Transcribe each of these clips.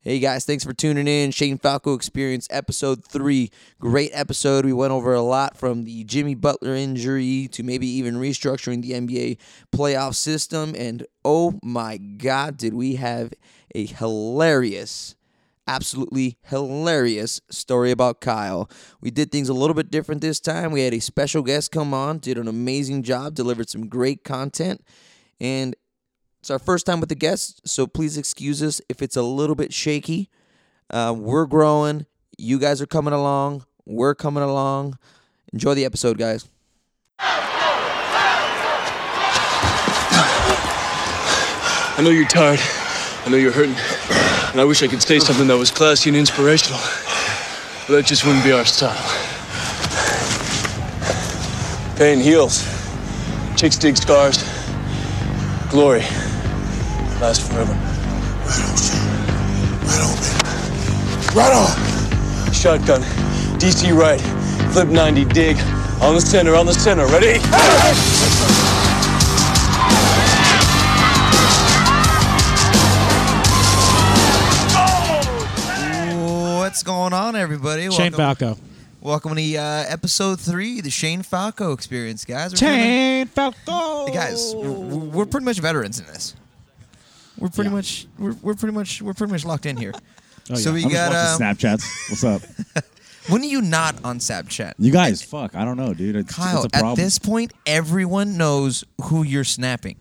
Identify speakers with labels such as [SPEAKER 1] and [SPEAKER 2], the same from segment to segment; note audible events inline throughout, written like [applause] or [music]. [SPEAKER 1] Hey guys, thanks for tuning in. Shane Falco Experience, episode three. Great episode. We went over a lot from the Jimmy Butler injury to maybe even restructuring the NBA playoff system. And oh my God, did we have a hilarious absolutely hilarious story about Kyle. We did things a little bit different this time. We had a special guest come on, did an amazing job, delivered some great content, and it's our first time with a guest, so please excuse us if it's a little bit shaky. Uh, we're growing. You guys are coming along. We're coming along. Enjoy the episode, guys.
[SPEAKER 2] I know you're tired. I know you're hurting. And I wish I could say something that was classy and inspirational. But that just wouldn't be our style. Pain heals. Chicks dig scars. Glory lasts forever.
[SPEAKER 3] Right on.
[SPEAKER 2] Shotgun. DC right. Flip 90. Dig. On the center. On the center. Ready?
[SPEAKER 1] What's going on, everybody?
[SPEAKER 4] Shane Falco.
[SPEAKER 1] Welcome to uh, episode three, the Shane Falco Experience, guys.
[SPEAKER 4] Shane Falco.
[SPEAKER 1] Hey, guys, we're, we're pretty much veterans in this. We're pretty
[SPEAKER 4] Yeah.
[SPEAKER 1] much we're, we're pretty much we're pretty much locked in here.
[SPEAKER 4] [laughs] Oh,
[SPEAKER 1] so
[SPEAKER 4] yeah.
[SPEAKER 1] we
[SPEAKER 5] I'm
[SPEAKER 1] got
[SPEAKER 5] just
[SPEAKER 1] um,
[SPEAKER 5] watching Snapchats. What's up?
[SPEAKER 1] when are you not on Snapchat?
[SPEAKER 5] You guys, fuck. I don't know, dude. It's,
[SPEAKER 1] Kyle,
[SPEAKER 5] it's a problem.
[SPEAKER 1] at this point, everyone knows who you're snapping.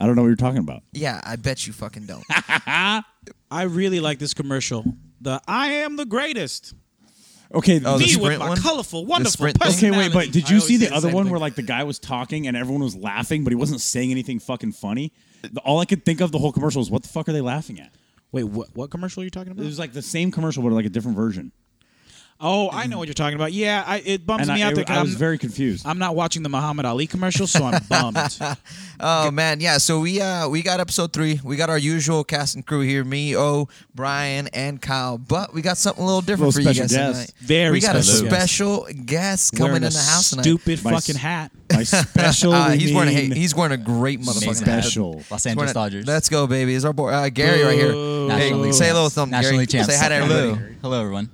[SPEAKER 5] I don't know what you're talking about.
[SPEAKER 1] Yeah, I bet you fucking don't.
[SPEAKER 4] I really like this commercial. The I am the greatest.
[SPEAKER 5] Okay.
[SPEAKER 1] Oh, the
[SPEAKER 4] Me
[SPEAKER 5] this-
[SPEAKER 4] with
[SPEAKER 1] Sprint
[SPEAKER 4] my
[SPEAKER 1] one?
[SPEAKER 4] colorful,
[SPEAKER 1] The
[SPEAKER 4] wonderful
[SPEAKER 1] Sprint thing?
[SPEAKER 5] okay, wait, but
[SPEAKER 4] personality.
[SPEAKER 5] did
[SPEAKER 4] I
[SPEAKER 5] you
[SPEAKER 4] always
[SPEAKER 5] see
[SPEAKER 4] say
[SPEAKER 5] the other
[SPEAKER 4] same
[SPEAKER 5] one
[SPEAKER 4] thing.
[SPEAKER 5] where like the guy was talking and everyone was laughing, but he wasn't saying anything fucking funny? The- All I could think of the whole commercial is what the fuck are they laughing at?
[SPEAKER 4] Wait, what, what commercial are you talking
[SPEAKER 5] It
[SPEAKER 4] about?
[SPEAKER 5] was like the same commercial, but like a different version.
[SPEAKER 4] Oh, I know what you're talking about. Yeah, I, it bums
[SPEAKER 5] And
[SPEAKER 4] me
[SPEAKER 5] I,
[SPEAKER 4] out
[SPEAKER 5] I,
[SPEAKER 4] that
[SPEAKER 5] I
[SPEAKER 4] I'm,
[SPEAKER 5] was very confused.
[SPEAKER 4] I'm not watching the Muhammad Ali commercial,
[SPEAKER 1] [laughs]
[SPEAKER 4] so I'm bummed.
[SPEAKER 1] Oh man, yeah. So we uh we got episode three. We got our usual cast and crew here: me, O, Brian, and Kyle. But we got something a little different
[SPEAKER 5] Little
[SPEAKER 1] for you
[SPEAKER 5] special
[SPEAKER 1] guys
[SPEAKER 5] guest.
[SPEAKER 1] tonight.
[SPEAKER 4] Very
[SPEAKER 1] we got a
[SPEAKER 4] special guest.
[SPEAKER 1] special guest coming
[SPEAKER 4] Wearing
[SPEAKER 1] in
[SPEAKER 4] a
[SPEAKER 1] the house tonight.
[SPEAKER 4] Stupid
[SPEAKER 5] My s-
[SPEAKER 4] fucking hat.
[SPEAKER 1] [laughs]
[SPEAKER 5] I special.
[SPEAKER 1] Uh, he's wearing a
[SPEAKER 5] mean
[SPEAKER 1] hey, he's wearing a great motherfucking hat.
[SPEAKER 5] special.
[SPEAKER 6] Los
[SPEAKER 1] He's wearing
[SPEAKER 6] Angeles
[SPEAKER 1] a-
[SPEAKER 6] Dodgers.
[SPEAKER 1] Let's go, baby. Is our boy uh, Gary right
[SPEAKER 4] Boo.
[SPEAKER 1] here? Hey,
[SPEAKER 6] National League
[SPEAKER 1] say a little
[SPEAKER 6] champs.
[SPEAKER 1] something,
[SPEAKER 6] National
[SPEAKER 1] Gary.
[SPEAKER 6] League champs.
[SPEAKER 1] Say hi to everybody.
[SPEAKER 6] Hello,
[SPEAKER 1] [laughs]
[SPEAKER 6] Hello, everyone.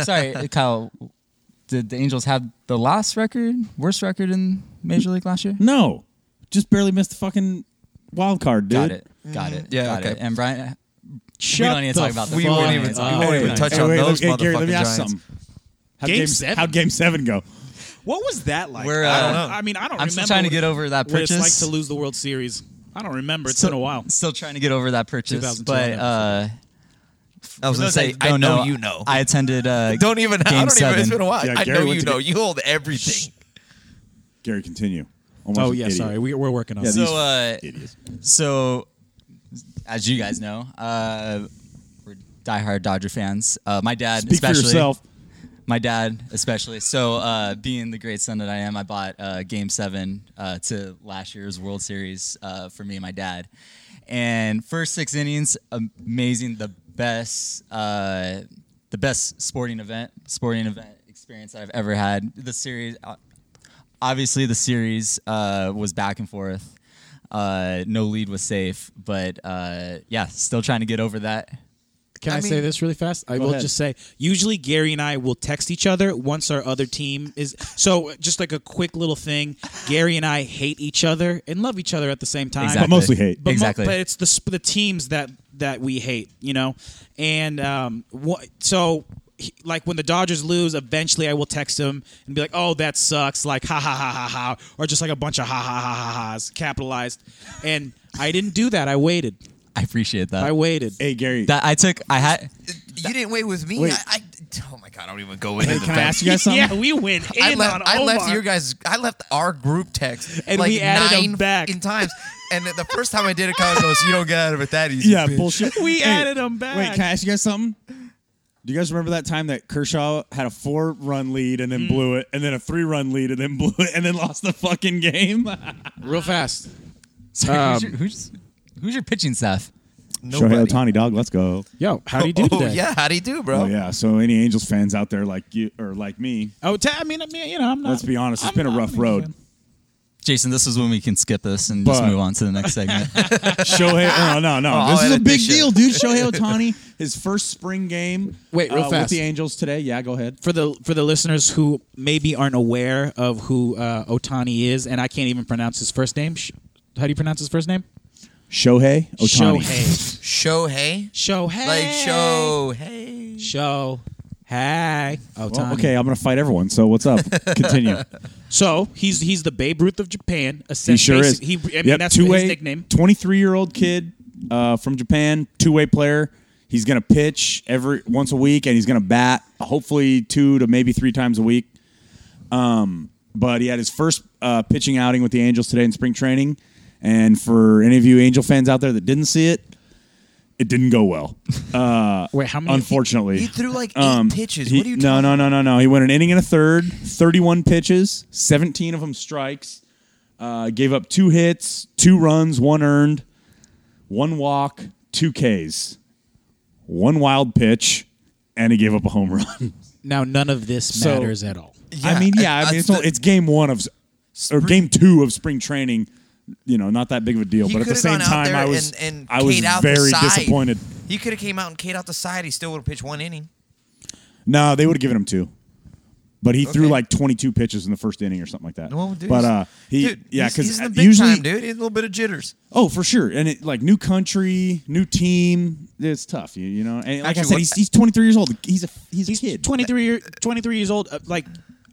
[SPEAKER 6] Sorry, Kyle. Did the Angels have the last record, worst record in Major League last
[SPEAKER 1] Mm.
[SPEAKER 6] year?
[SPEAKER 5] No, just barely missed the fucking wild card, dude.
[SPEAKER 6] Got it. Got it.
[SPEAKER 1] Mm. Yeah,
[SPEAKER 6] Got
[SPEAKER 1] okay.
[SPEAKER 6] it. And Brian,
[SPEAKER 4] Shut
[SPEAKER 6] don't need to
[SPEAKER 4] the
[SPEAKER 6] talk about this.
[SPEAKER 1] We
[SPEAKER 4] fuck
[SPEAKER 1] won't even, we
[SPEAKER 4] up.
[SPEAKER 6] Uh,
[SPEAKER 1] won't even touch
[SPEAKER 5] Hey,
[SPEAKER 1] on
[SPEAKER 5] Oh, wait,
[SPEAKER 1] those
[SPEAKER 5] hey,
[SPEAKER 1] motherfucking
[SPEAKER 5] Gary, let me ask
[SPEAKER 1] giants.
[SPEAKER 5] something. How'd
[SPEAKER 4] Game
[SPEAKER 5] game,
[SPEAKER 4] seven?
[SPEAKER 5] How'd game seven go?
[SPEAKER 4] What was that like?
[SPEAKER 6] We're, uh, I don't know.
[SPEAKER 4] I mean, I don't
[SPEAKER 6] I'm
[SPEAKER 4] remember.
[SPEAKER 6] still trying to
[SPEAKER 4] what-
[SPEAKER 6] get over that
[SPEAKER 4] what it's
[SPEAKER 6] purchase.
[SPEAKER 4] like to lose the World Series. I don't remember. It's
[SPEAKER 6] still,
[SPEAKER 4] been a while.
[SPEAKER 6] Still trying to get over that purchase,
[SPEAKER 4] 2002,
[SPEAKER 6] but
[SPEAKER 4] I
[SPEAKER 6] uh,
[SPEAKER 1] I was
[SPEAKER 6] for
[SPEAKER 1] gonna
[SPEAKER 6] those
[SPEAKER 1] say,
[SPEAKER 6] that
[SPEAKER 1] I
[SPEAKER 6] don't
[SPEAKER 1] know you know.
[SPEAKER 6] I attended.
[SPEAKER 1] [laughs]
[SPEAKER 6] Uh,
[SPEAKER 1] Don't even. I
[SPEAKER 6] Game
[SPEAKER 1] don't even. It's
[SPEAKER 6] seven.
[SPEAKER 1] been a while.
[SPEAKER 5] Yeah,
[SPEAKER 1] I
[SPEAKER 5] Gary
[SPEAKER 1] know
[SPEAKER 5] went
[SPEAKER 1] you
[SPEAKER 5] to
[SPEAKER 1] know.
[SPEAKER 5] get-
[SPEAKER 1] You hold everything.
[SPEAKER 5] Gary, continue. Almost
[SPEAKER 4] Oh
[SPEAKER 5] an
[SPEAKER 4] yeah,
[SPEAKER 5] idiot.
[SPEAKER 4] sorry. We, we're working on
[SPEAKER 5] Yeah,
[SPEAKER 4] it.
[SPEAKER 6] So,
[SPEAKER 5] these
[SPEAKER 6] uh,
[SPEAKER 5] idiots.
[SPEAKER 6] So, as you guys know, uh, we're diehard Dodger fans. Uh, my dad,
[SPEAKER 5] Speak for
[SPEAKER 6] especially.
[SPEAKER 5] yourself.
[SPEAKER 6] My dad, especially. So, uh, being the great son that I am, I bought uh, Game Seven uh, to last year's World Series uh, for me and my dad. And first six innings, amazing. The best, uh, the best sporting event, sporting event experience that I've ever had. The series, uh, obviously, the series uh, was back and forth. Uh, no lead was safe, but uh, yeah, still trying to get over that.
[SPEAKER 4] Can I,
[SPEAKER 1] I
[SPEAKER 4] say
[SPEAKER 1] mean-
[SPEAKER 4] this really fast? I will
[SPEAKER 5] ahead.
[SPEAKER 4] just say usually Gary and I will text each other once our other team is so just like a quick little thing. Gary and I hate each other and love each other at the same time.
[SPEAKER 6] Exactly.
[SPEAKER 5] But mostly hate.
[SPEAKER 4] But, mo-
[SPEAKER 6] Exactly.
[SPEAKER 4] but it's the sp- the teams that that we hate, you know. And um what so he- like when the Dodgers lose, eventually I will text him and be like, "Oh, that sucks!" Like ha ha ha ha ha, or just like a bunch of ha ha ha ha ha's capitalized. And I didn't do that. I waited.
[SPEAKER 6] I appreciate that.
[SPEAKER 4] I waited.
[SPEAKER 5] Hey, Gary.
[SPEAKER 6] that I took. I had.
[SPEAKER 1] You didn't wait with me.
[SPEAKER 5] Wait.
[SPEAKER 1] I, I, oh my god, I don't even go into the
[SPEAKER 5] can I
[SPEAKER 1] fact-
[SPEAKER 5] ask you guys something?
[SPEAKER 4] [laughs] Yeah, we went in
[SPEAKER 1] I left,
[SPEAKER 4] on
[SPEAKER 1] I left
[SPEAKER 4] Omar.
[SPEAKER 1] your guys. I left our group text
[SPEAKER 4] And
[SPEAKER 1] like
[SPEAKER 4] we added them
[SPEAKER 1] nine
[SPEAKER 4] back.
[SPEAKER 1] fucking times. And the first time I did it, Kyle goes, "You don't get out of it that easy."
[SPEAKER 5] Yeah,
[SPEAKER 1] bitch."
[SPEAKER 5] bullshit.
[SPEAKER 4] We
[SPEAKER 5] Hey,
[SPEAKER 4] added him back.
[SPEAKER 5] Wait, can I ask you guys something? Do you guys remember that time that Kershaw had a four-run lead and then blew it, and then a three-run lead and then [laughs] blew it, and then lost the fucking game?
[SPEAKER 4] real fast?
[SPEAKER 5] [laughs]
[SPEAKER 6] Sorry, who's, your, who's, who's your pitching staff?
[SPEAKER 1] Nobody.
[SPEAKER 5] dog, let's go.
[SPEAKER 4] Yo, how do you do
[SPEAKER 1] oh
[SPEAKER 4] today?
[SPEAKER 1] yeah, how do you do, bro?
[SPEAKER 5] Oh yeah. So any Angels fans out there like you or like me,
[SPEAKER 4] Oh, ta- I mean, I mean, you know, I'm not.
[SPEAKER 5] let's be honest,
[SPEAKER 4] it's
[SPEAKER 5] it's been a rough road.
[SPEAKER 6] Jason, this is when we can skip this and just
[SPEAKER 5] But-
[SPEAKER 6] move on to the next
[SPEAKER 5] [laughs]
[SPEAKER 6] segment.
[SPEAKER 5] [laughs] Shohei, uh, no, no, no.
[SPEAKER 6] I'll
[SPEAKER 5] this is a
[SPEAKER 6] edit
[SPEAKER 5] big
[SPEAKER 6] this shit.
[SPEAKER 5] deal, dude. Shohei Otani, his first spring game.
[SPEAKER 4] Wait, real
[SPEAKER 5] uh,
[SPEAKER 4] fast.
[SPEAKER 5] with the Angels today. Yeah, go ahead.
[SPEAKER 4] for the for the listeners who maybe aren't aware of who uh, Otani is, and I can't even pronounce his first name. Sh- How do you pronounce his first name?
[SPEAKER 5] Shohei Otani.
[SPEAKER 1] Shohei?
[SPEAKER 4] Shohei. Shohei.
[SPEAKER 1] Like
[SPEAKER 5] Oh,
[SPEAKER 1] Shohei.
[SPEAKER 4] Show. Hey. Otani.
[SPEAKER 5] Well, okay, I'm gonna fight everyone. So
[SPEAKER 4] [laughs]
[SPEAKER 5] what's up? Continue.
[SPEAKER 4] So he's he's the Babe Ruth of Japan.
[SPEAKER 5] he sure is.
[SPEAKER 4] He, I mean,
[SPEAKER 5] Yep,
[SPEAKER 4] that's
[SPEAKER 5] two-way,
[SPEAKER 4] his nickname.
[SPEAKER 5] 23 year old kid uh, from Japan, two way player. He's gonna pitch every once a week, and he's gonna bat hopefully two to maybe three times a week. Um, but he had his first uh, pitching outing with the Angels today in spring training. And for any of you Angel fans out there that didn't see it, it didn't go well.
[SPEAKER 4] Wait, how many?
[SPEAKER 5] Unfortunately, Um,
[SPEAKER 1] He threw like eight pitches.
[SPEAKER 5] he-
[SPEAKER 1] what are you
[SPEAKER 5] no, no, no, no, no. He went an inning and a third, 31 pitches, 17 of them strikes. Uh, gave up two hits, two runs, one earned, one walk, two Ks, one wild pitch, and he gave up a home run. [laughs]
[SPEAKER 4] Now none of this
[SPEAKER 5] So-
[SPEAKER 4] matters at all.
[SPEAKER 5] I mean, yeah, I mean, it's, only- it's game one of, s- or game two of spring training. You know, not that big of a deal,
[SPEAKER 1] He
[SPEAKER 5] but at the
[SPEAKER 1] could've
[SPEAKER 5] same
[SPEAKER 1] gone out
[SPEAKER 5] time,
[SPEAKER 1] there
[SPEAKER 5] I was
[SPEAKER 1] and, and
[SPEAKER 5] I was
[SPEAKER 1] K'd out the
[SPEAKER 5] very
[SPEAKER 1] side.
[SPEAKER 5] disappointed.
[SPEAKER 1] He could have came out and Kate out the side. He still would have pitched one inning.
[SPEAKER 5] No, they would have given him two. But he threw
[SPEAKER 1] Okay.
[SPEAKER 5] like 22 pitches in the first inning or something like that.
[SPEAKER 1] Well, dude,
[SPEAKER 5] but
[SPEAKER 1] he's-
[SPEAKER 5] uh, he
[SPEAKER 1] dude,
[SPEAKER 5] yeah,
[SPEAKER 1] he's- he's
[SPEAKER 5] because
[SPEAKER 1] in the big
[SPEAKER 5] usually
[SPEAKER 1] time, dude. He's a little bit of jitters.
[SPEAKER 5] oh for sure, and it like new country, new team, it's tough, you, you know. And like I
[SPEAKER 1] Actually,
[SPEAKER 5] said,
[SPEAKER 1] what-
[SPEAKER 5] he's, he's 23 years old. He's a he's, a kid.
[SPEAKER 4] 23, year, 23 years old. Uh, Like,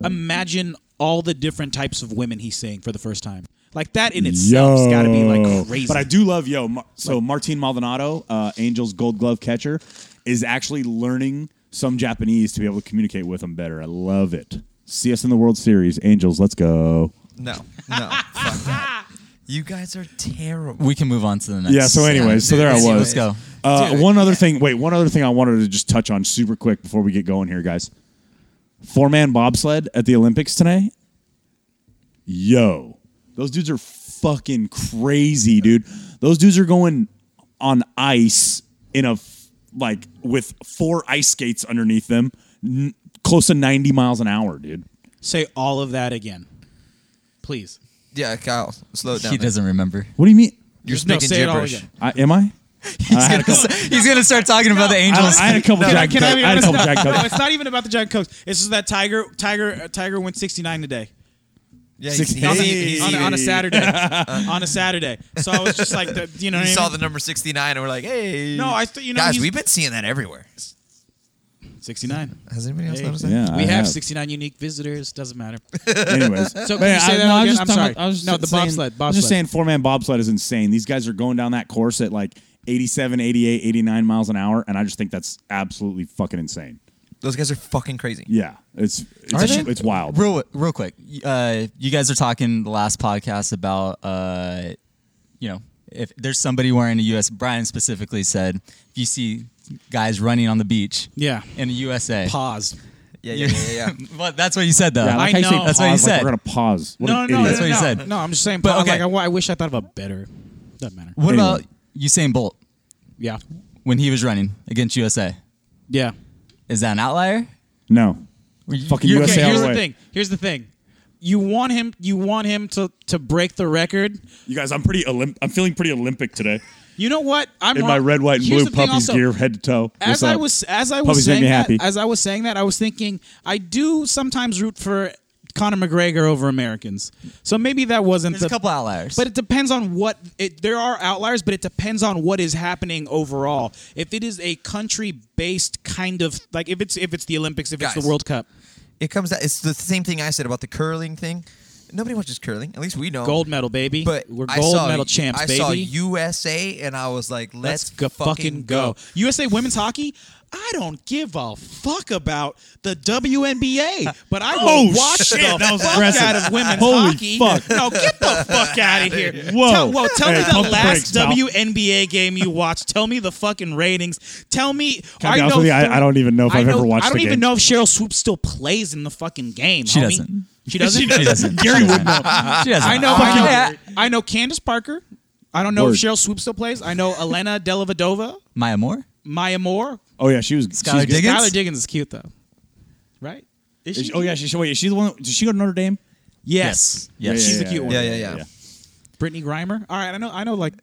[SPEAKER 4] imagine all the different types of women he's seeing for the first time. Like that in itself's got to be like crazy.
[SPEAKER 5] But I do love yo. Ma- So Martin Maldonado, uh, Angels Gold Glove catcher, is actually learning some Japanese to be able to communicate with them better. I love it. See us in the World Series, Angels. Let's go.
[SPEAKER 1] No, no, fuck
[SPEAKER 5] [laughs]
[SPEAKER 1] that. You guys are terrible.
[SPEAKER 6] we can move on to the next.
[SPEAKER 5] Yeah. So, anyways, so there I was.
[SPEAKER 6] Let's- Let's go.
[SPEAKER 5] Uh, one other thing. Wait, one other thing I wanted to just touch on super quick before we get going here, guys. Four man bobsled at the Olympics today. Yo, those dudes are fucking crazy, dude. Those dudes are going on ice in a f- like with four ice skates underneath them, n- close to ninety miles an hour, dude.
[SPEAKER 4] say all of that again, please.
[SPEAKER 1] Yeah, Kyle, slow it down.
[SPEAKER 6] He
[SPEAKER 1] man.
[SPEAKER 5] [laughs]
[SPEAKER 6] doesn't remember.
[SPEAKER 5] What do you mean?
[SPEAKER 1] You're
[SPEAKER 4] No,
[SPEAKER 1] speaking
[SPEAKER 4] say it all
[SPEAKER 1] gibberish.
[SPEAKER 4] again.
[SPEAKER 5] I, am I? I had a couple.
[SPEAKER 6] He's gonna start talking about the
[SPEAKER 5] I,
[SPEAKER 6] Angels.
[SPEAKER 5] I had a couple.
[SPEAKER 4] Can I,
[SPEAKER 5] Jack,
[SPEAKER 4] can I be
[SPEAKER 5] I had
[SPEAKER 4] honest?
[SPEAKER 5] a couple.
[SPEAKER 4] [laughs]
[SPEAKER 5] Jack
[SPEAKER 4] No,
[SPEAKER 5] Coke.
[SPEAKER 4] no, it's not even about the Jack Cokes. It's just that Tiger, Tiger, uh, Tiger went 69 today
[SPEAKER 1] Yeah,
[SPEAKER 5] Six-
[SPEAKER 1] he's, he's,
[SPEAKER 4] on, a-
[SPEAKER 5] Hey.
[SPEAKER 1] he's,
[SPEAKER 4] on, a- on a
[SPEAKER 5] Hey.
[SPEAKER 4] Saturday.
[SPEAKER 5] [laughs]
[SPEAKER 4] on a Saturday. So I was just like, the, you know,
[SPEAKER 1] he
[SPEAKER 4] what I
[SPEAKER 1] saw
[SPEAKER 4] mean?
[SPEAKER 1] the number 69 and we're like, hey.
[SPEAKER 4] No, I th- you know,
[SPEAKER 1] Guys,
[SPEAKER 4] he's-
[SPEAKER 1] we've been seeing that everywhere.
[SPEAKER 4] 69.
[SPEAKER 1] Has anybody else
[SPEAKER 4] Hey.
[SPEAKER 1] noticed that?
[SPEAKER 5] Yeah,
[SPEAKER 4] We
[SPEAKER 5] I
[SPEAKER 4] have 69 unique visitors. Doesn't matter.
[SPEAKER 5] Anyways,
[SPEAKER 4] So can you
[SPEAKER 5] But
[SPEAKER 4] say
[SPEAKER 5] I-
[SPEAKER 4] that
[SPEAKER 5] no, I
[SPEAKER 4] again?
[SPEAKER 5] was just
[SPEAKER 4] I'm
[SPEAKER 5] talking
[SPEAKER 4] sorry.
[SPEAKER 5] about- I was just
[SPEAKER 4] No, the
[SPEAKER 5] saying-
[SPEAKER 4] bobsled,
[SPEAKER 5] I was just
[SPEAKER 4] bobsled.
[SPEAKER 5] saying, four man bobsled is insane. These guys are going down that course at like 87, 88, 89 miles an hour, and I just think that's absolutely fucking insane.
[SPEAKER 1] Those guys are fucking crazy.
[SPEAKER 5] Yeah, it's it's,
[SPEAKER 6] Are they?
[SPEAKER 5] it's wild.
[SPEAKER 6] real real quick uh, you guys are talking the last podcast about uh, you know if there's somebody wearing a us brian specifically said if you see guys running on the beach
[SPEAKER 4] Yeah.
[SPEAKER 6] in the usa [laughs]
[SPEAKER 4] Pause.
[SPEAKER 1] Yeah, yeah, yeah, yeah. yeah.
[SPEAKER 6] well, that's what you said though
[SPEAKER 5] Yeah,
[SPEAKER 4] I
[SPEAKER 5] like how you say
[SPEAKER 4] know. That's
[SPEAKER 6] what he
[SPEAKER 5] pause, like
[SPEAKER 6] said.
[SPEAKER 5] we're gonna pause. What
[SPEAKER 4] No,
[SPEAKER 5] an
[SPEAKER 4] no, no,
[SPEAKER 5] idiot.
[SPEAKER 6] That's
[SPEAKER 4] no,
[SPEAKER 6] what he
[SPEAKER 4] no,
[SPEAKER 6] said.
[SPEAKER 4] No, I'm just saying.
[SPEAKER 6] But,
[SPEAKER 4] But
[SPEAKER 6] okay.
[SPEAKER 4] like, I, wa- I wish I thought of a better. Doesn't matter.
[SPEAKER 6] what
[SPEAKER 5] Anyway.
[SPEAKER 6] about usain bolt
[SPEAKER 4] Yeah,
[SPEAKER 6] when he was running against usa
[SPEAKER 4] yeah.
[SPEAKER 6] is that an outlier
[SPEAKER 5] No. Fucking
[SPEAKER 6] you're-
[SPEAKER 5] USA
[SPEAKER 4] Okay,
[SPEAKER 5] all
[SPEAKER 4] here's
[SPEAKER 5] the
[SPEAKER 4] the
[SPEAKER 5] way.
[SPEAKER 4] thing. Here's the thing. You want him. You want him to to break the record.
[SPEAKER 5] You guys, I'm pretty. Olymp- I'm feeling pretty Olympic today
[SPEAKER 4] You know what? I'm
[SPEAKER 5] in my
[SPEAKER 4] wrong.
[SPEAKER 5] red, white, and
[SPEAKER 4] Here's
[SPEAKER 5] blue
[SPEAKER 4] the thing
[SPEAKER 5] puppies
[SPEAKER 4] also.
[SPEAKER 5] gear, head to toe.
[SPEAKER 4] as
[SPEAKER 5] What's
[SPEAKER 4] I
[SPEAKER 5] up?
[SPEAKER 4] was as I was
[SPEAKER 5] Puppies make
[SPEAKER 4] saying
[SPEAKER 5] me
[SPEAKER 4] that,
[SPEAKER 5] happy.
[SPEAKER 4] as I was saying that, I was thinking I do sometimes root for Conor McGregor over Americans. So maybe that wasn't
[SPEAKER 6] there's
[SPEAKER 4] the
[SPEAKER 6] a couple outliers
[SPEAKER 4] but it depends on what it, there are outliers, but it depends on what is happening overall. If it is a country-based kind of like if it's if it's the Olympics, if it's
[SPEAKER 1] Guys.
[SPEAKER 4] the World Cup,
[SPEAKER 1] It comes out. It's the same thing I said about the curling thing. Nobody watches curling. At least we know.
[SPEAKER 4] gold medal, baby.
[SPEAKER 1] Oh. But
[SPEAKER 4] we're
[SPEAKER 1] I
[SPEAKER 4] gold
[SPEAKER 1] saw-
[SPEAKER 4] medal champs,
[SPEAKER 1] I
[SPEAKER 4] baby.
[SPEAKER 1] saw USA and I was like, let's,
[SPEAKER 4] go fucking go. USA women's hockey. I don't give a fuck about the WNBA, but I will
[SPEAKER 5] Oh,
[SPEAKER 4] watch
[SPEAKER 5] shit,
[SPEAKER 4] the
[SPEAKER 5] that was
[SPEAKER 4] fuck
[SPEAKER 5] aggressive.
[SPEAKER 4] out of women's
[SPEAKER 5] Holy
[SPEAKER 4] hockey.
[SPEAKER 5] fuck.
[SPEAKER 4] No, get the fuck
[SPEAKER 5] [laughs]
[SPEAKER 4] out of here.
[SPEAKER 5] Whoa.
[SPEAKER 4] Tell, whoa, tell
[SPEAKER 5] Hey,
[SPEAKER 4] me
[SPEAKER 5] pump
[SPEAKER 4] the
[SPEAKER 5] the
[SPEAKER 4] last
[SPEAKER 5] brakes, pal.
[SPEAKER 4] WNBA game you watched. Tell me the fucking ratings. Tell me.
[SPEAKER 5] Can I be honest with you? I-
[SPEAKER 4] three-
[SPEAKER 5] I don't even know if
[SPEAKER 4] I
[SPEAKER 5] I've
[SPEAKER 4] know-
[SPEAKER 5] ever watched
[SPEAKER 4] I don't
[SPEAKER 5] the
[SPEAKER 4] even
[SPEAKER 5] game.
[SPEAKER 4] know if Cheryl Swoop still plays in the fucking game.
[SPEAKER 6] She
[SPEAKER 4] homie.
[SPEAKER 6] doesn't.
[SPEAKER 4] She doesn't.
[SPEAKER 6] [laughs] she doesn't
[SPEAKER 5] Gary
[SPEAKER 6] she
[SPEAKER 5] would
[SPEAKER 6] doesn't.
[SPEAKER 5] know.
[SPEAKER 6] She doesn't.
[SPEAKER 4] I know.
[SPEAKER 6] Uh,
[SPEAKER 4] I know. I know Candace Parker. I don't know
[SPEAKER 5] Word.
[SPEAKER 4] if Cheryl Swoop still plays. I know Elena Delavadova.
[SPEAKER 6] maya moore
[SPEAKER 4] Maya Moore.
[SPEAKER 5] Oh yeah, she was. she's
[SPEAKER 6] Skylar
[SPEAKER 5] good.
[SPEAKER 6] Diggins?
[SPEAKER 4] Skylar Diggins is cute though, right?
[SPEAKER 5] oh, Is she- oh yeah, she, wait. Is she the one? Did she go to Notre Dame?
[SPEAKER 4] Yes.
[SPEAKER 6] Yes. Yes.
[SPEAKER 4] She's
[SPEAKER 5] Yeah,
[SPEAKER 4] the cute one.
[SPEAKER 5] yeah,
[SPEAKER 4] Yeah,
[SPEAKER 5] yeah,
[SPEAKER 7] yeah, yeah.
[SPEAKER 4] Brittany Grimer. All right, I know. I know. Like,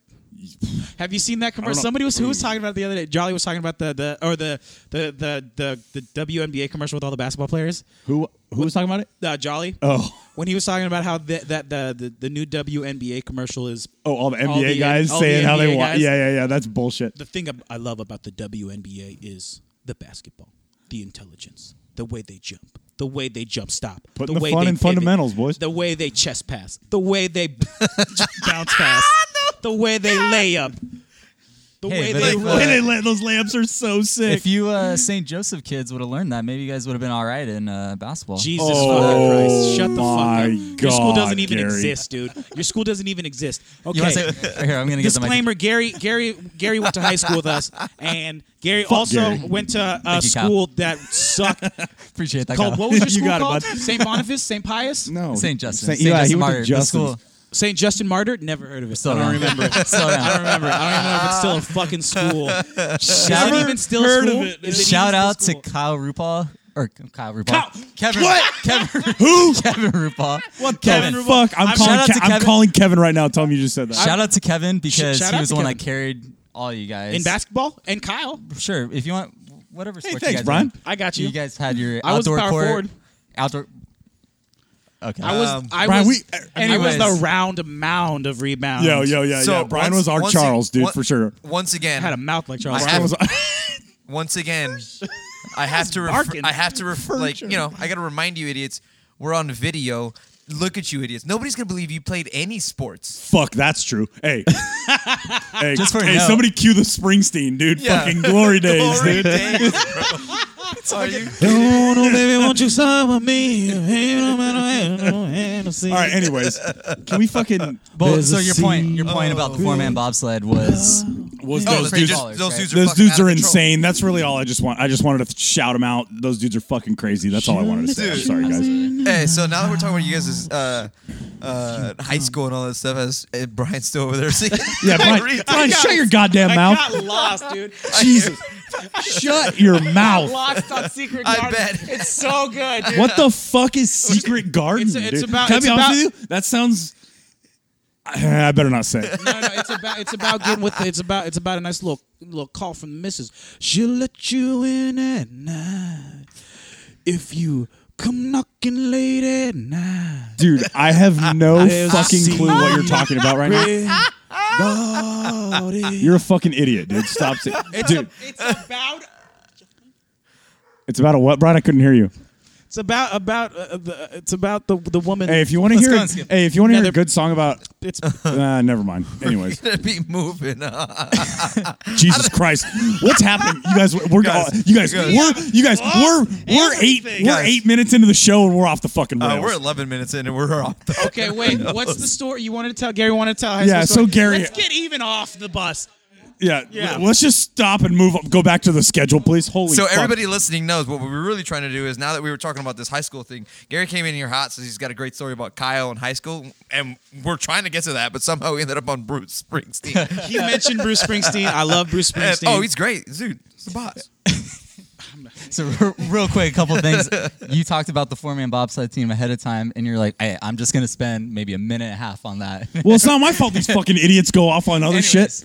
[SPEAKER 4] have you seen that commercial?
[SPEAKER 5] know.
[SPEAKER 4] Somebody was who was talking about it the other day. Jolly was talking about the the or the the the the, the WNBA commercial with all the basketball players.
[SPEAKER 5] Who who was talking about it?
[SPEAKER 4] Uh, Jolly.
[SPEAKER 5] Oh.
[SPEAKER 4] When he was talking about how the, that the, the the new WNBA commercial is
[SPEAKER 5] Oh, all the NBA
[SPEAKER 4] All the-
[SPEAKER 5] guys
[SPEAKER 4] all the
[SPEAKER 5] saying how they
[SPEAKER 4] NBA
[SPEAKER 5] want.
[SPEAKER 4] guys.
[SPEAKER 5] Yeah, yeah, yeah. That's bullshit.
[SPEAKER 4] the thing ab- I love about the WNBA is the basketball, the intelligence, the way they jump, the way they jump stop,
[SPEAKER 5] Putting
[SPEAKER 4] the
[SPEAKER 5] the
[SPEAKER 4] way
[SPEAKER 5] fun
[SPEAKER 4] they
[SPEAKER 5] in
[SPEAKER 4] pivot,
[SPEAKER 5] fundamentals, boys.
[SPEAKER 4] the way they chest pass, the way they [laughs] b- bounce
[SPEAKER 6] [laughs]
[SPEAKER 4] pass, the way they lay up, the way
[SPEAKER 6] Hey, but
[SPEAKER 4] they
[SPEAKER 6] if, uh,
[SPEAKER 4] run.
[SPEAKER 5] they let those layups are so sick.
[SPEAKER 6] If you uh, St. Joseph kids would have learned that, maybe you guys would have been all right in uh, basketball.
[SPEAKER 4] Jesus
[SPEAKER 5] Oh
[SPEAKER 4] fucking Christ! Shut the
[SPEAKER 5] my
[SPEAKER 4] fuck up. Your school
[SPEAKER 5] God,
[SPEAKER 4] doesn't even
[SPEAKER 5] Gary.
[SPEAKER 4] exist, dude. Your school doesn't even exist.
[SPEAKER 6] You
[SPEAKER 4] Okay.
[SPEAKER 6] wanna say, here, I'm gonna get the
[SPEAKER 4] [laughs]
[SPEAKER 6] mic.
[SPEAKER 4] Disclaimer: Gary, Gary, Gary went to high school with us, and Gary also
[SPEAKER 5] Gary.
[SPEAKER 4] went to a
[SPEAKER 6] Thank you, Kyle.
[SPEAKER 4] school that sucked.
[SPEAKER 6] [laughs] Appreciate that.
[SPEAKER 4] called
[SPEAKER 6] Kyle.
[SPEAKER 4] what
[SPEAKER 5] [laughs]
[SPEAKER 4] was your
[SPEAKER 5] You
[SPEAKER 4] school
[SPEAKER 5] got it,
[SPEAKER 4] called?
[SPEAKER 5] bud.
[SPEAKER 4] St. Boniface, St. Pius,
[SPEAKER 5] no,
[SPEAKER 6] St. Justin.
[SPEAKER 5] St.
[SPEAKER 6] St.
[SPEAKER 5] Yeah, he
[SPEAKER 6] Justin
[SPEAKER 5] went to
[SPEAKER 6] Martyr. The school.
[SPEAKER 5] Justin.
[SPEAKER 4] St. Justin Martyr. Never heard of it.
[SPEAKER 6] Slow
[SPEAKER 4] I don't
[SPEAKER 6] down.
[SPEAKER 4] remember. I
[SPEAKER 6] [laughs] Slow
[SPEAKER 4] don't
[SPEAKER 6] down.
[SPEAKER 4] remember. I don't even know if it's still a fucking school.
[SPEAKER 5] [laughs]
[SPEAKER 4] Is
[SPEAKER 6] Shout-
[SPEAKER 4] it even still
[SPEAKER 5] heard
[SPEAKER 4] a school?
[SPEAKER 5] of it.
[SPEAKER 4] Is it even
[SPEAKER 6] Shout
[SPEAKER 4] still a
[SPEAKER 6] out to
[SPEAKER 4] school?
[SPEAKER 6] Kyle RuPaul or Kyle RuPaul.
[SPEAKER 4] Kyle-
[SPEAKER 6] Kevin.
[SPEAKER 5] What?
[SPEAKER 6] [laughs] Kevin.
[SPEAKER 5] Who?
[SPEAKER 6] Kevin RuPaul. What
[SPEAKER 5] Kevin. Fuck. I'm,
[SPEAKER 4] I'm-
[SPEAKER 5] calling.
[SPEAKER 6] Shout out
[SPEAKER 5] Ke-
[SPEAKER 6] to
[SPEAKER 5] I'm
[SPEAKER 6] Kevin.
[SPEAKER 5] calling Kevin right now. Tell him you just said that.
[SPEAKER 6] Shout out to Kevin because
[SPEAKER 4] shout
[SPEAKER 6] he
[SPEAKER 4] out
[SPEAKER 6] was
[SPEAKER 4] to
[SPEAKER 6] the one that
[SPEAKER 4] Kevin.
[SPEAKER 6] carried all you guys
[SPEAKER 4] in basketball and Kyle.
[SPEAKER 6] Sure, if you want whatever. Hey,
[SPEAKER 5] thanks,
[SPEAKER 6] you guys
[SPEAKER 5] Brian.
[SPEAKER 6] want.
[SPEAKER 4] I got you.
[SPEAKER 6] You guys had your
[SPEAKER 4] I was
[SPEAKER 6] outdoor
[SPEAKER 4] power
[SPEAKER 6] court.
[SPEAKER 4] forward.
[SPEAKER 6] Outdoor. Okay.
[SPEAKER 4] I was. I
[SPEAKER 5] um, Brian,
[SPEAKER 4] was.
[SPEAKER 5] we-
[SPEAKER 4] and it was
[SPEAKER 6] anyways.
[SPEAKER 4] the round mound of rebounds.
[SPEAKER 5] Yo, yo, yeah, yeah. Brian
[SPEAKER 1] once-
[SPEAKER 5] was our
[SPEAKER 1] once
[SPEAKER 5] Charles,
[SPEAKER 1] ag-
[SPEAKER 5] dude,
[SPEAKER 1] on-
[SPEAKER 5] for sure.
[SPEAKER 1] Once
[SPEAKER 4] I had a
[SPEAKER 1] again,
[SPEAKER 4] mouth like Charles.
[SPEAKER 1] I
[SPEAKER 5] Brian
[SPEAKER 1] have-
[SPEAKER 4] [laughs]
[SPEAKER 5] was.
[SPEAKER 1] once again, I have to. Refer,
[SPEAKER 4] barking.
[SPEAKER 1] I have to refer. Like you
[SPEAKER 5] sure.
[SPEAKER 1] know, I got to remind you, idiots. We're on video. Look at you, idiots. Nobody's gonna believe you played any sports.
[SPEAKER 5] Fuck, that's true. Hey, hey,
[SPEAKER 6] Just for a
[SPEAKER 5] hey
[SPEAKER 6] note.
[SPEAKER 5] somebody cue the Springsteen, dude.
[SPEAKER 1] Yeah.
[SPEAKER 5] Fucking glory days,
[SPEAKER 1] Glory [laughs]
[SPEAKER 5] dude.
[SPEAKER 1] days, bro. Are you-
[SPEAKER 4] oh no,
[SPEAKER 6] [laughs]
[SPEAKER 4] baby, won't you sign with
[SPEAKER 5] [laughs]
[SPEAKER 4] me? All
[SPEAKER 5] All right. Anyways, can we fucking
[SPEAKER 6] Well,
[SPEAKER 4] There's
[SPEAKER 6] so
[SPEAKER 4] a
[SPEAKER 6] your point, your
[SPEAKER 4] scene
[SPEAKER 6] point about the four man bobsled was
[SPEAKER 5] was
[SPEAKER 1] Oh,
[SPEAKER 5] those
[SPEAKER 1] they
[SPEAKER 5] dudes?
[SPEAKER 1] just-
[SPEAKER 6] Ballers,
[SPEAKER 1] those
[SPEAKER 6] right?
[SPEAKER 1] dudes are
[SPEAKER 5] Those
[SPEAKER 1] fucking out
[SPEAKER 5] dudes
[SPEAKER 1] of control.
[SPEAKER 5] are insane. That's really all I just want. I just wanted to shout them out. Those dudes are fucking crazy. That's all I wanted to say. I'm
[SPEAKER 1] Dude.
[SPEAKER 5] sorry, guys.
[SPEAKER 1] Hey, so now that we're talking about you guys' uh, uh, high school and all that stuff, as uh, Brian's still over there, [laughs] see?
[SPEAKER 5] Yeah, Brian,
[SPEAKER 1] Read-
[SPEAKER 5] Brian shut your goddamn mouth.
[SPEAKER 4] I got lost, dude.
[SPEAKER 5] Jesus, shut your mouth.
[SPEAKER 4] Lost on Secret
[SPEAKER 1] I
[SPEAKER 4] Garden.
[SPEAKER 1] bet.
[SPEAKER 4] It's so
[SPEAKER 5] [laughs]
[SPEAKER 4] good, dude.
[SPEAKER 5] What the fuck is Secret Garden?
[SPEAKER 4] it's
[SPEAKER 5] dude?
[SPEAKER 4] about-
[SPEAKER 5] Can I
[SPEAKER 4] it's
[SPEAKER 5] be honest
[SPEAKER 4] about-
[SPEAKER 5] with you? That sounds. I better not say. it.
[SPEAKER 4] no, no, it's about it's about getting with it's about it's about a nice little little call from the missus. She'll let you in at night if you come knocking late at night.
[SPEAKER 5] Dude, I
[SPEAKER 4] [laughs]
[SPEAKER 5] have no
[SPEAKER 4] I've
[SPEAKER 5] fucking
[SPEAKER 4] seen
[SPEAKER 5] clue what you're talking about right now.
[SPEAKER 4] About it.
[SPEAKER 5] You're a fucking idiot, dude. Stop it.
[SPEAKER 4] It's,
[SPEAKER 5] Dude,
[SPEAKER 4] a, it's about
[SPEAKER 5] it's about a what, Brian? I couldn't hear you.
[SPEAKER 4] it's about about uh, the, it's about the the woman.
[SPEAKER 5] Hey, if you want to
[SPEAKER 6] Let's
[SPEAKER 5] hear,
[SPEAKER 6] go
[SPEAKER 5] a-
[SPEAKER 6] and skip.
[SPEAKER 5] hey, if you want
[SPEAKER 4] Yeah,
[SPEAKER 5] to hear a
[SPEAKER 4] they're-
[SPEAKER 5] good song about, [laughs]
[SPEAKER 4] it's
[SPEAKER 5] uh, never mind. Anyways,
[SPEAKER 1] be moving. Uh,
[SPEAKER 5] Jesus Christ, what's happening? You guys, we're
[SPEAKER 1] Guys,
[SPEAKER 5] all- you guys,
[SPEAKER 1] guys.
[SPEAKER 5] we're you guys, we're we're eight,
[SPEAKER 4] everything.
[SPEAKER 5] we're
[SPEAKER 1] Guys. Uh,
[SPEAKER 5] eight minutes into the show and we're off the fucking rails.
[SPEAKER 1] we're 11 minutes in and we're off. The-
[SPEAKER 4] okay. Wait, what's the story you wanted to tell? Gary wanted to tell. high
[SPEAKER 5] Yeah,
[SPEAKER 4] school story?
[SPEAKER 5] so Gary-
[SPEAKER 4] let's get even off the bus.
[SPEAKER 5] yeah,
[SPEAKER 4] Yeah.
[SPEAKER 5] Let's just stop and move up. Go back to the schedule, please. Holy.
[SPEAKER 1] so
[SPEAKER 5] fuck.
[SPEAKER 1] everybody listening knows what we were really trying to do is now that we were talking about this high school thing, Gary came in here hot, says he's got a great story about Kyle and high school, and we're trying to get to that, but somehow we ended up on Bruce
[SPEAKER 6] [laughs]
[SPEAKER 1] Springsteen.
[SPEAKER 4] He mentioned Bruce Springsteen. I love
[SPEAKER 5] [laughs]
[SPEAKER 4] Bruce
[SPEAKER 1] And-
[SPEAKER 4] Springsteen.
[SPEAKER 1] oh, he's great, dude. He's the boss.
[SPEAKER 6] so re- real quick. A couple
[SPEAKER 4] [laughs]
[SPEAKER 6] things you talked about the four man bobsled team ahead of time, and you're like, hey, I'm just gonna spend maybe a minute and a half on that. [laughs]
[SPEAKER 5] Well, it's not my fault these fucking idiots go off on other shit.
[SPEAKER 6] Anyways,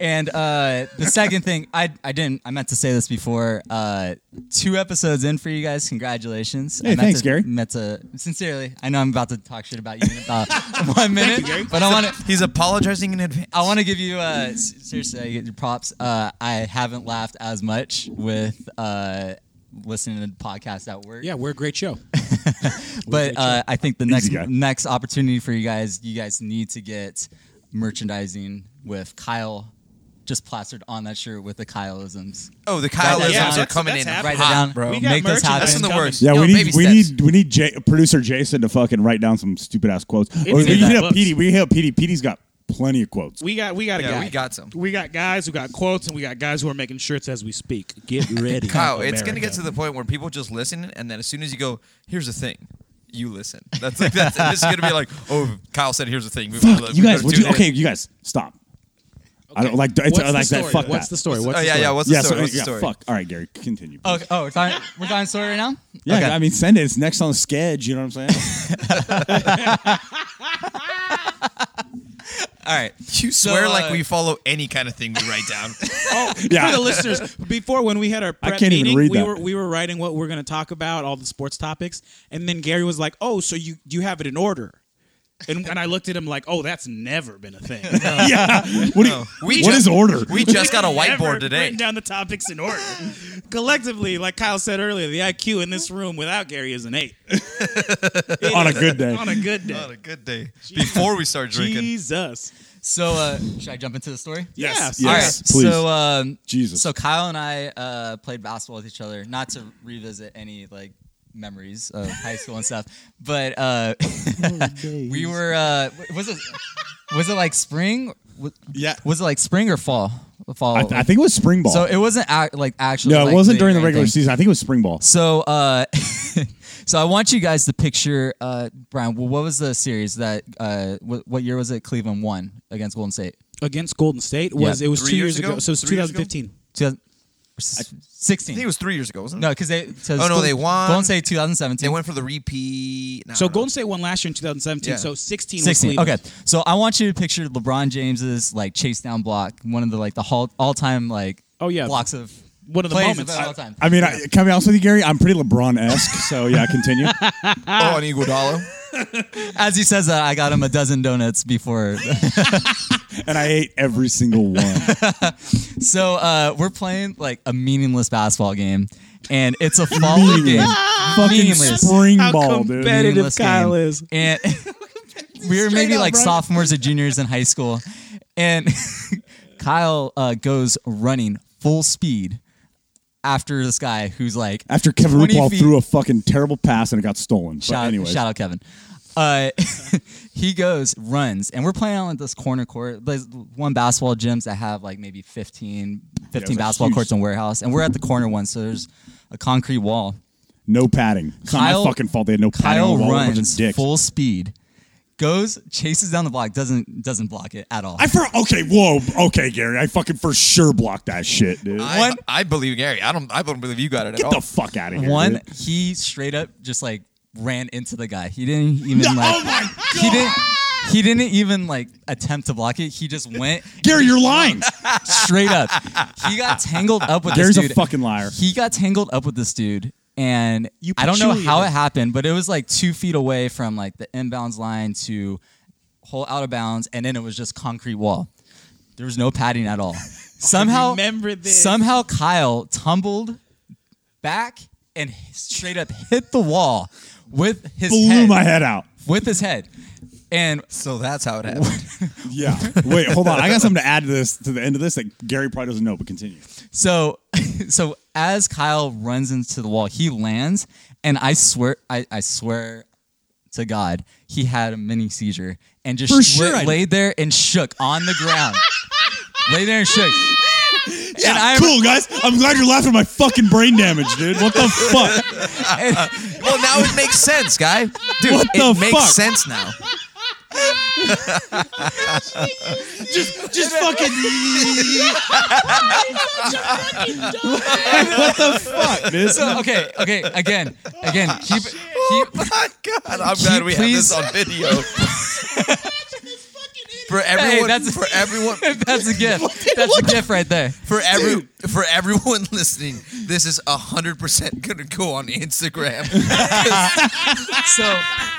[SPEAKER 6] And uh, the second thing, I I didn't I meant to say this before. Uh, two episodes in for you guys. Congratulations. I
[SPEAKER 5] Hey,
[SPEAKER 6] meant
[SPEAKER 5] thanks,
[SPEAKER 6] to,
[SPEAKER 5] Gary.
[SPEAKER 6] Meant to sincerely. I know I'm about to talk shit about you in
[SPEAKER 5] [laughs]
[SPEAKER 6] about one minute, but I want to.
[SPEAKER 1] He's apologizing in advance.
[SPEAKER 6] I want to give you uh, s- seriously I get your props. Uh, I haven't laughed as much with uh, listening to podcasts at work.
[SPEAKER 4] yeah, we're a great show.
[SPEAKER 6] but uh, I think the next
[SPEAKER 5] guy.
[SPEAKER 6] next opportunity for you guys, you guys need to get merchandising with Kyle. Just plastered on that shirt with the Kyleisms.
[SPEAKER 1] Oh, the Kyleisms
[SPEAKER 6] Yeah,
[SPEAKER 1] are
[SPEAKER 6] that's-
[SPEAKER 1] coming
[SPEAKER 4] that's
[SPEAKER 1] in
[SPEAKER 4] happening.
[SPEAKER 1] hot,
[SPEAKER 6] Write that down,
[SPEAKER 1] bro.
[SPEAKER 4] We got
[SPEAKER 6] Make
[SPEAKER 4] merchandise
[SPEAKER 6] this happen.
[SPEAKER 1] That's in the worst.
[SPEAKER 5] Yeah,
[SPEAKER 1] Yo,
[SPEAKER 5] we
[SPEAKER 1] baby
[SPEAKER 5] need we
[SPEAKER 1] steps.
[SPEAKER 5] need we need J- producer Jason to fucking write down some stupid ass quotes. Or we
[SPEAKER 4] in
[SPEAKER 5] can
[SPEAKER 4] the
[SPEAKER 5] hit up
[SPEAKER 4] books.
[SPEAKER 5] Petey. We can hit up Petey. Petey's got plenty of quotes.
[SPEAKER 4] We got we got a
[SPEAKER 1] Yeah,
[SPEAKER 4] guy.
[SPEAKER 1] we got some.
[SPEAKER 4] We got guys who got quotes and we got guys who are making shirts as we speak.
[SPEAKER 5] [laughs]
[SPEAKER 4] Get ready.
[SPEAKER 1] Kyle, it's gonna get to the point where people just listen, and then as soon as you go, here's the thing, you listen. That's [laughs] like that's it's gonna be like, oh, Kyle said, here's the thing. We- we-
[SPEAKER 5] Fuck,
[SPEAKER 1] we
[SPEAKER 5] you guys.
[SPEAKER 1] gotta
[SPEAKER 5] Would
[SPEAKER 1] tune
[SPEAKER 5] you,
[SPEAKER 1] in.
[SPEAKER 5] okay, you guys, stop. I don't like it's
[SPEAKER 4] What's the
[SPEAKER 5] like that.
[SPEAKER 4] story?
[SPEAKER 5] Fuck
[SPEAKER 4] What's
[SPEAKER 5] that.
[SPEAKER 4] the story? What's
[SPEAKER 8] Oh,
[SPEAKER 4] the
[SPEAKER 8] yeah,
[SPEAKER 4] story?
[SPEAKER 8] yeah. What's the
[SPEAKER 5] yeah,
[SPEAKER 8] story?
[SPEAKER 5] so,
[SPEAKER 8] What's the
[SPEAKER 5] yeah,
[SPEAKER 8] story?
[SPEAKER 5] fuck. All right, Gary, continue.
[SPEAKER 6] Okay. Oh, we're talking, we're talking story right now?
[SPEAKER 5] yeah,
[SPEAKER 6] Okay.
[SPEAKER 5] I mean, send it. It's next on the sketch. You know what I'm saying? [laughs]
[SPEAKER 6] All right.
[SPEAKER 8] You swear
[SPEAKER 6] So, uh,
[SPEAKER 8] like we follow any kind of thing we write down.
[SPEAKER 5] [laughs] yeah.
[SPEAKER 4] Oh, For the listeners, before when we had our prep
[SPEAKER 5] can't even
[SPEAKER 4] meeting,
[SPEAKER 5] read
[SPEAKER 4] we
[SPEAKER 5] that.
[SPEAKER 4] were we were writing what we're going to talk about, all the sports topics, and then Gary was like, "Oh, so you you have it in order." And, and I looked at him like, "Oh, that's never been
[SPEAKER 1] [laughs]
[SPEAKER 4] a thing."
[SPEAKER 5] yeah. What, do you,
[SPEAKER 8] We
[SPEAKER 5] what
[SPEAKER 8] just-
[SPEAKER 5] is order?
[SPEAKER 8] we just got a whiteboard
[SPEAKER 4] Never
[SPEAKER 8] today.
[SPEAKER 4] Written down the topics in order. Collectively, like Kyle said earlier, the IQ in this room without Gary is an
[SPEAKER 5] [laughs]
[SPEAKER 4] eight.
[SPEAKER 5] [laughs] on a good day.
[SPEAKER 4] On a good day.
[SPEAKER 8] On a good day. Before we start drinking.
[SPEAKER 4] Jesus.
[SPEAKER 6] So, uh, should I jump into the story?
[SPEAKER 5] yes.
[SPEAKER 4] Yeah.
[SPEAKER 6] All right.
[SPEAKER 5] Yes. Please.
[SPEAKER 6] So, um,
[SPEAKER 5] Jesus.
[SPEAKER 6] So Kyle and I uh, played basketball with each other. Not to revisit any like memories of high school and stuff, but uh, [laughs] we were uh, was it was it like spring? Was,
[SPEAKER 5] yeah.
[SPEAKER 6] was it like spring or fall? Fall.
[SPEAKER 5] I, I think it was spring ball.
[SPEAKER 6] so. It wasn't act, like actually.
[SPEAKER 5] no, it
[SPEAKER 6] like,
[SPEAKER 5] wasn't
[SPEAKER 6] league
[SPEAKER 5] during
[SPEAKER 6] or
[SPEAKER 5] the regular
[SPEAKER 6] anything.
[SPEAKER 5] season. I think it was spring ball.
[SPEAKER 6] So, uh, [laughs] so I want you guys to picture uh, Brian. wh- What was the series that? Uh, what, what year was it? Cleveland won against Golden State.
[SPEAKER 4] Against Golden State was
[SPEAKER 6] Yeah.
[SPEAKER 4] it was
[SPEAKER 8] Three
[SPEAKER 4] two
[SPEAKER 8] years
[SPEAKER 4] years ago,
[SPEAKER 8] ago?
[SPEAKER 4] so it was
[SPEAKER 8] Three years ago?
[SPEAKER 4] 2015.
[SPEAKER 6] 2016.
[SPEAKER 8] I think it was three years ago, wasn't it?
[SPEAKER 6] No, because they. 'cause
[SPEAKER 8] Oh, no,
[SPEAKER 6] Golden-
[SPEAKER 8] they won.
[SPEAKER 6] Golden State 2017.
[SPEAKER 8] They went for the repeat. No,
[SPEAKER 4] So
[SPEAKER 8] no, no.
[SPEAKER 4] Golden State won last year in 2017.
[SPEAKER 8] Yeah.
[SPEAKER 4] So 16. was
[SPEAKER 6] 16.
[SPEAKER 4] Cleveland.
[SPEAKER 6] Okay, so I want you to picture LeBron James's like chase down block, one of the like the all time like
[SPEAKER 4] Oh, yeah.
[SPEAKER 6] blocks of
[SPEAKER 4] One of the
[SPEAKER 6] plays
[SPEAKER 4] moments.
[SPEAKER 6] of all time.
[SPEAKER 5] I mean, I, can I be honest with you, Gary? I'm pretty LeBron esque. So yeah, continue. [laughs]
[SPEAKER 8] Oh, and Iguodala.
[SPEAKER 6] As he says that, I got him a dozen donuts before. [laughs]
[SPEAKER 5] and I ate every single one.
[SPEAKER 6] so uh, we're playing like a meaningless basketball game, and it's a follow game.
[SPEAKER 5] Fucking
[SPEAKER 6] Meaningless.
[SPEAKER 5] spring
[SPEAKER 4] How
[SPEAKER 5] ball, dude.
[SPEAKER 4] competitive-
[SPEAKER 6] Meaningless
[SPEAKER 4] Kyle
[SPEAKER 6] game.
[SPEAKER 4] is.
[SPEAKER 5] [laughs]
[SPEAKER 6] And we were maybe like sophomores or juniors in high school, and [laughs] Kyle uh, goes running full speed after this guy who's like
[SPEAKER 5] After Kevin
[SPEAKER 6] 20
[SPEAKER 5] RuPaul
[SPEAKER 6] feet-
[SPEAKER 5] threw a fucking terrible pass and it got stolen. But
[SPEAKER 6] shout,
[SPEAKER 5] anyways,
[SPEAKER 6] shout out Kevin. Uh, [laughs] he goes runs, and we're playing on like, this corner court. There's one basketball gyms that have like maybe 15, 15
[SPEAKER 5] a
[SPEAKER 6] basketball
[SPEAKER 5] huge-
[SPEAKER 6] courts in warehouse, and we're at the corner one, so there's a concrete wall.
[SPEAKER 5] no padding. It's not
[SPEAKER 6] Kyle-
[SPEAKER 5] my fucking fault. They had no padding.
[SPEAKER 6] Kyle
[SPEAKER 5] on the wall. They're a bunch of
[SPEAKER 6] runs
[SPEAKER 5] dicks.
[SPEAKER 6] full speed, goes chases down the block, doesn't doesn't block it at all.
[SPEAKER 5] I for okay, whoa, okay, Gary. I fucking for sure blocked that shit, dude.
[SPEAKER 8] I, I believe Gary. I don't. I don't believe you got it at
[SPEAKER 5] Get
[SPEAKER 8] all.
[SPEAKER 5] the fuck out of here.
[SPEAKER 6] One,
[SPEAKER 5] dude.
[SPEAKER 6] he straight up just like ran into the guy. He didn't even
[SPEAKER 5] No,
[SPEAKER 6] like.
[SPEAKER 5] oh my [laughs]
[SPEAKER 6] He didn't. He didn't even like attempt to block it. He just
[SPEAKER 5] [laughs]
[SPEAKER 6] went
[SPEAKER 5] Gary, you're
[SPEAKER 6] [laughs]
[SPEAKER 5] lying.
[SPEAKER 6] straight up. He got tangled up with
[SPEAKER 5] Gary's
[SPEAKER 6] this
[SPEAKER 5] a
[SPEAKER 6] dude.
[SPEAKER 5] fucking liar.
[SPEAKER 6] He got tangled up with this dude, and
[SPEAKER 4] You
[SPEAKER 6] I don't know
[SPEAKER 4] patchouli
[SPEAKER 6] how
[SPEAKER 4] him.
[SPEAKER 6] it happened, but it was like two feet away from like the inbounds line to whole out of bounds, and then it was just concrete wall. There was no padding
[SPEAKER 8] [laughs]
[SPEAKER 6] at all. Somehow,
[SPEAKER 4] remember this.
[SPEAKER 6] Somehow, Kyle tumbled back and straight up hit the wall with his
[SPEAKER 5] Blew
[SPEAKER 6] head.
[SPEAKER 5] my head out.
[SPEAKER 6] with his head, and
[SPEAKER 8] So that's
[SPEAKER 6] [laughs]
[SPEAKER 8] how it happened.
[SPEAKER 5] Yeah. Wait, hold on. I got something to add to this to the end of this that Gary probably doesn't know, but continue.
[SPEAKER 6] So, [laughs] so as Kyle runs into the wall, he lands, and I swear, I, I swear to God, he had a mini seizure and just
[SPEAKER 5] For
[SPEAKER 6] sh-
[SPEAKER 5] sure I
[SPEAKER 6] lay,
[SPEAKER 5] did.
[SPEAKER 6] laid there and shook on the
[SPEAKER 8] [laughs]
[SPEAKER 6] ground. lay there and shook. and I,
[SPEAKER 5] cool, guys. I'm glad you're laughing at my fucking brain damage, dude. What the
[SPEAKER 8] [laughs]
[SPEAKER 5] fuck?
[SPEAKER 8] well, now it makes sense, guy. Dude,
[SPEAKER 5] What the
[SPEAKER 8] it makes
[SPEAKER 5] fuck?
[SPEAKER 8] sense now.
[SPEAKER 5] Just fucking
[SPEAKER 6] So, okay, okay, again, again, keep, keep [laughs]
[SPEAKER 8] My God, I'm glad we
[SPEAKER 6] please-
[SPEAKER 8] have this on video. [laughs] For everyone,
[SPEAKER 6] that's-
[SPEAKER 8] for everyone,
[SPEAKER 6] that's a gift. That's a gift right there.
[SPEAKER 8] for every, for everyone [laughs] listening, this is hundred percent gonna go on Instagram. [laughs]
[SPEAKER 6] So,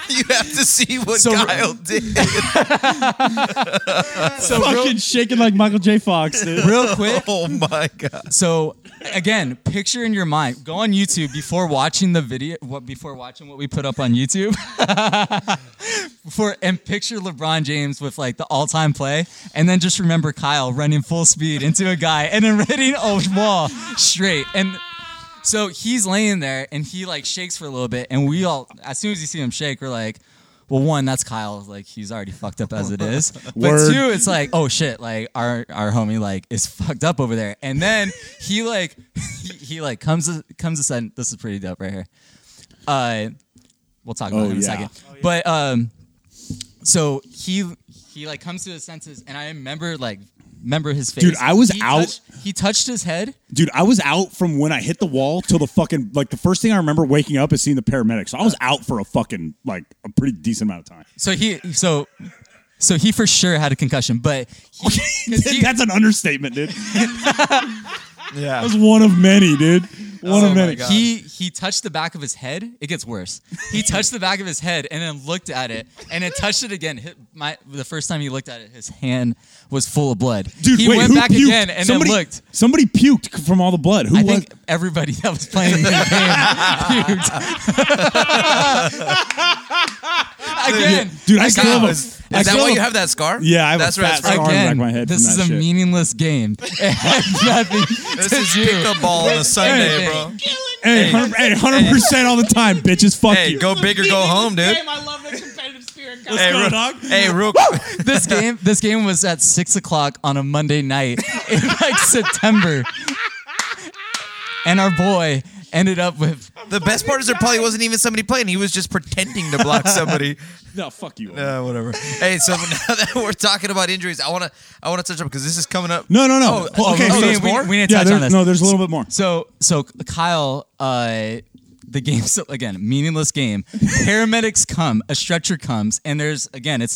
[SPEAKER 8] you have to see what
[SPEAKER 6] So-
[SPEAKER 8] Kyle did.
[SPEAKER 6] so real,
[SPEAKER 5] fucking shaking like Michael J. Fox, dude.
[SPEAKER 6] real quick,
[SPEAKER 8] Oh my God!
[SPEAKER 6] So again, picture in your mind. Go on YouTube before watching the video. What before watching what we put up on YouTube. before and picture LeBron James with like the all-time play, and then just remember Kyle running full speed into a guy and then running a wall straight. And so he's laying there and he like shakes for a little bit, and we all as soon as you see him shake, we're like. Well, one, that's Kyle. Like he's already fucked up as it
[SPEAKER 5] [laughs]
[SPEAKER 6] is. But
[SPEAKER 5] Word.
[SPEAKER 6] two, it's like, oh shit, like our our homie like is fucked up over there. And then he like [laughs] he, he like comes comes a sudden. This is pretty dope right here. Uh, we'll talk about
[SPEAKER 5] Oh,
[SPEAKER 6] him in a
[SPEAKER 5] yeah.
[SPEAKER 6] second. But um, so he he like comes to his senses, and I remember like remember his face.
[SPEAKER 5] Dude, I was
[SPEAKER 6] He
[SPEAKER 5] out.
[SPEAKER 6] touched- he touched his head.
[SPEAKER 5] Dude, I was out from when I hit the wall till the fucking like the first thing I remember waking up is seeing the paramedics. So I was out for a fucking like a pretty decent amount of time.
[SPEAKER 6] So he so so he for sure had a concussion, but he,
[SPEAKER 5] [laughs]
[SPEAKER 6] 'cause he-
[SPEAKER 5] That's an understatement, dude.
[SPEAKER 1] [laughs] Yeah.
[SPEAKER 5] That was one of many, dude. One
[SPEAKER 1] Oh
[SPEAKER 5] of
[SPEAKER 1] my
[SPEAKER 5] many.
[SPEAKER 1] God.
[SPEAKER 6] he he touched the back of his head. It gets worse.
[SPEAKER 5] [laughs]
[SPEAKER 6] He touched the back of his head and then looked at it and then touched it again. Hit my the first time he looked at it, his hand was full of blood.
[SPEAKER 5] Dude,
[SPEAKER 6] he
[SPEAKER 5] wait,
[SPEAKER 6] went
[SPEAKER 5] who
[SPEAKER 6] back
[SPEAKER 5] puked?
[SPEAKER 6] again and
[SPEAKER 5] somebody,
[SPEAKER 6] then looked.
[SPEAKER 5] Somebody puked from all the blood. Who
[SPEAKER 6] I
[SPEAKER 5] was?
[SPEAKER 6] think everybody that was playing the game puked.
[SPEAKER 5] [laughs]
[SPEAKER 6] again,
[SPEAKER 5] dude, I
[SPEAKER 6] again,
[SPEAKER 5] still have a-
[SPEAKER 1] is,
[SPEAKER 5] I
[SPEAKER 1] is that
[SPEAKER 5] still
[SPEAKER 1] why
[SPEAKER 5] have
[SPEAKER 1] you
[SPEAKER 5] a-
[SPEAKER 1] have that scar?
[SPEAKER 5] Yeah, I have a
[SPEAKER 1] that's where
[SPEAKER 5] fat
[SPEAKER 1] it's from.
[SPEAKER 5] scar. in the back of my head
[SPEAKER 6] this
[SPEAKER 5] from
[SPEAKER 6] is
[SPEAKER 5] that
[SPEAKER 6] a
[SPEAKER 5] shit.
[SPEAKER 6] meaningless game. It had nothing
[SPEAKER 1] This
[SPEAKER 6] to
[SPEAKER 1] is
[SPEAKER 6] do-
[SPEAKER 1] pickleball on a Sunday, bro.
[SPEAKER 5] hey, hundred
[SPEAKER 6] [laughs]
[SPEAKER 5] percent all the time, bitches. Fuck
[SPEAKER 1] Hey,
[SPEAKER 5] you.
[SPEAKER 1] go big or go home, dude.
[SPEAKER 9] Damn, I love the competitive spirit. guys.
[SPEAKER 1] Hey,
[SPEAKER 5] go,
[SPEAKER 1] real-
[SPEAKER 5] dog.
[SPEAKER 1] Hey, real
[SPEAKER 6] This game, this game was at six o'clock on a Monday night in like September, and our boy ended up with
[SPEAKER 1] [laughs] The best part is there probably wasn't even somebody playing. He was just pretending to block
[SPEAKER 5] [laughs]
[SPEAKER 1] somebody.
[SPEAKER 5] no, fuck you.
[SPEAKER 1] Uh, whatever. Hey, so [laughs] now that we're talking about injuries, I wanna I wanna touch up because this is coming up.
[SPEAKER 5] No, no, no.
[SPEAKER 1] Oh,
[SPEAKER 5] okay,
[SPEAKER 1] oh,
[SPEAKER 5] so
[SPEAKER 1] there's
[SPEAKER 6] we,
[SPEAKER 1] more?
[SPEAKER 6] we need to
[SPEAKER 5] yeah,
[SPEAKER 6] touch
[SPEAKER 5] there-
[SPEAKER 6] on this.
[SPEAKER 5] no, there's a little bit more.
[SPEAKER 6] So so Kyle, uh, the game so again meaningless game. Paramedics come, a stretcher comes, and there's again it's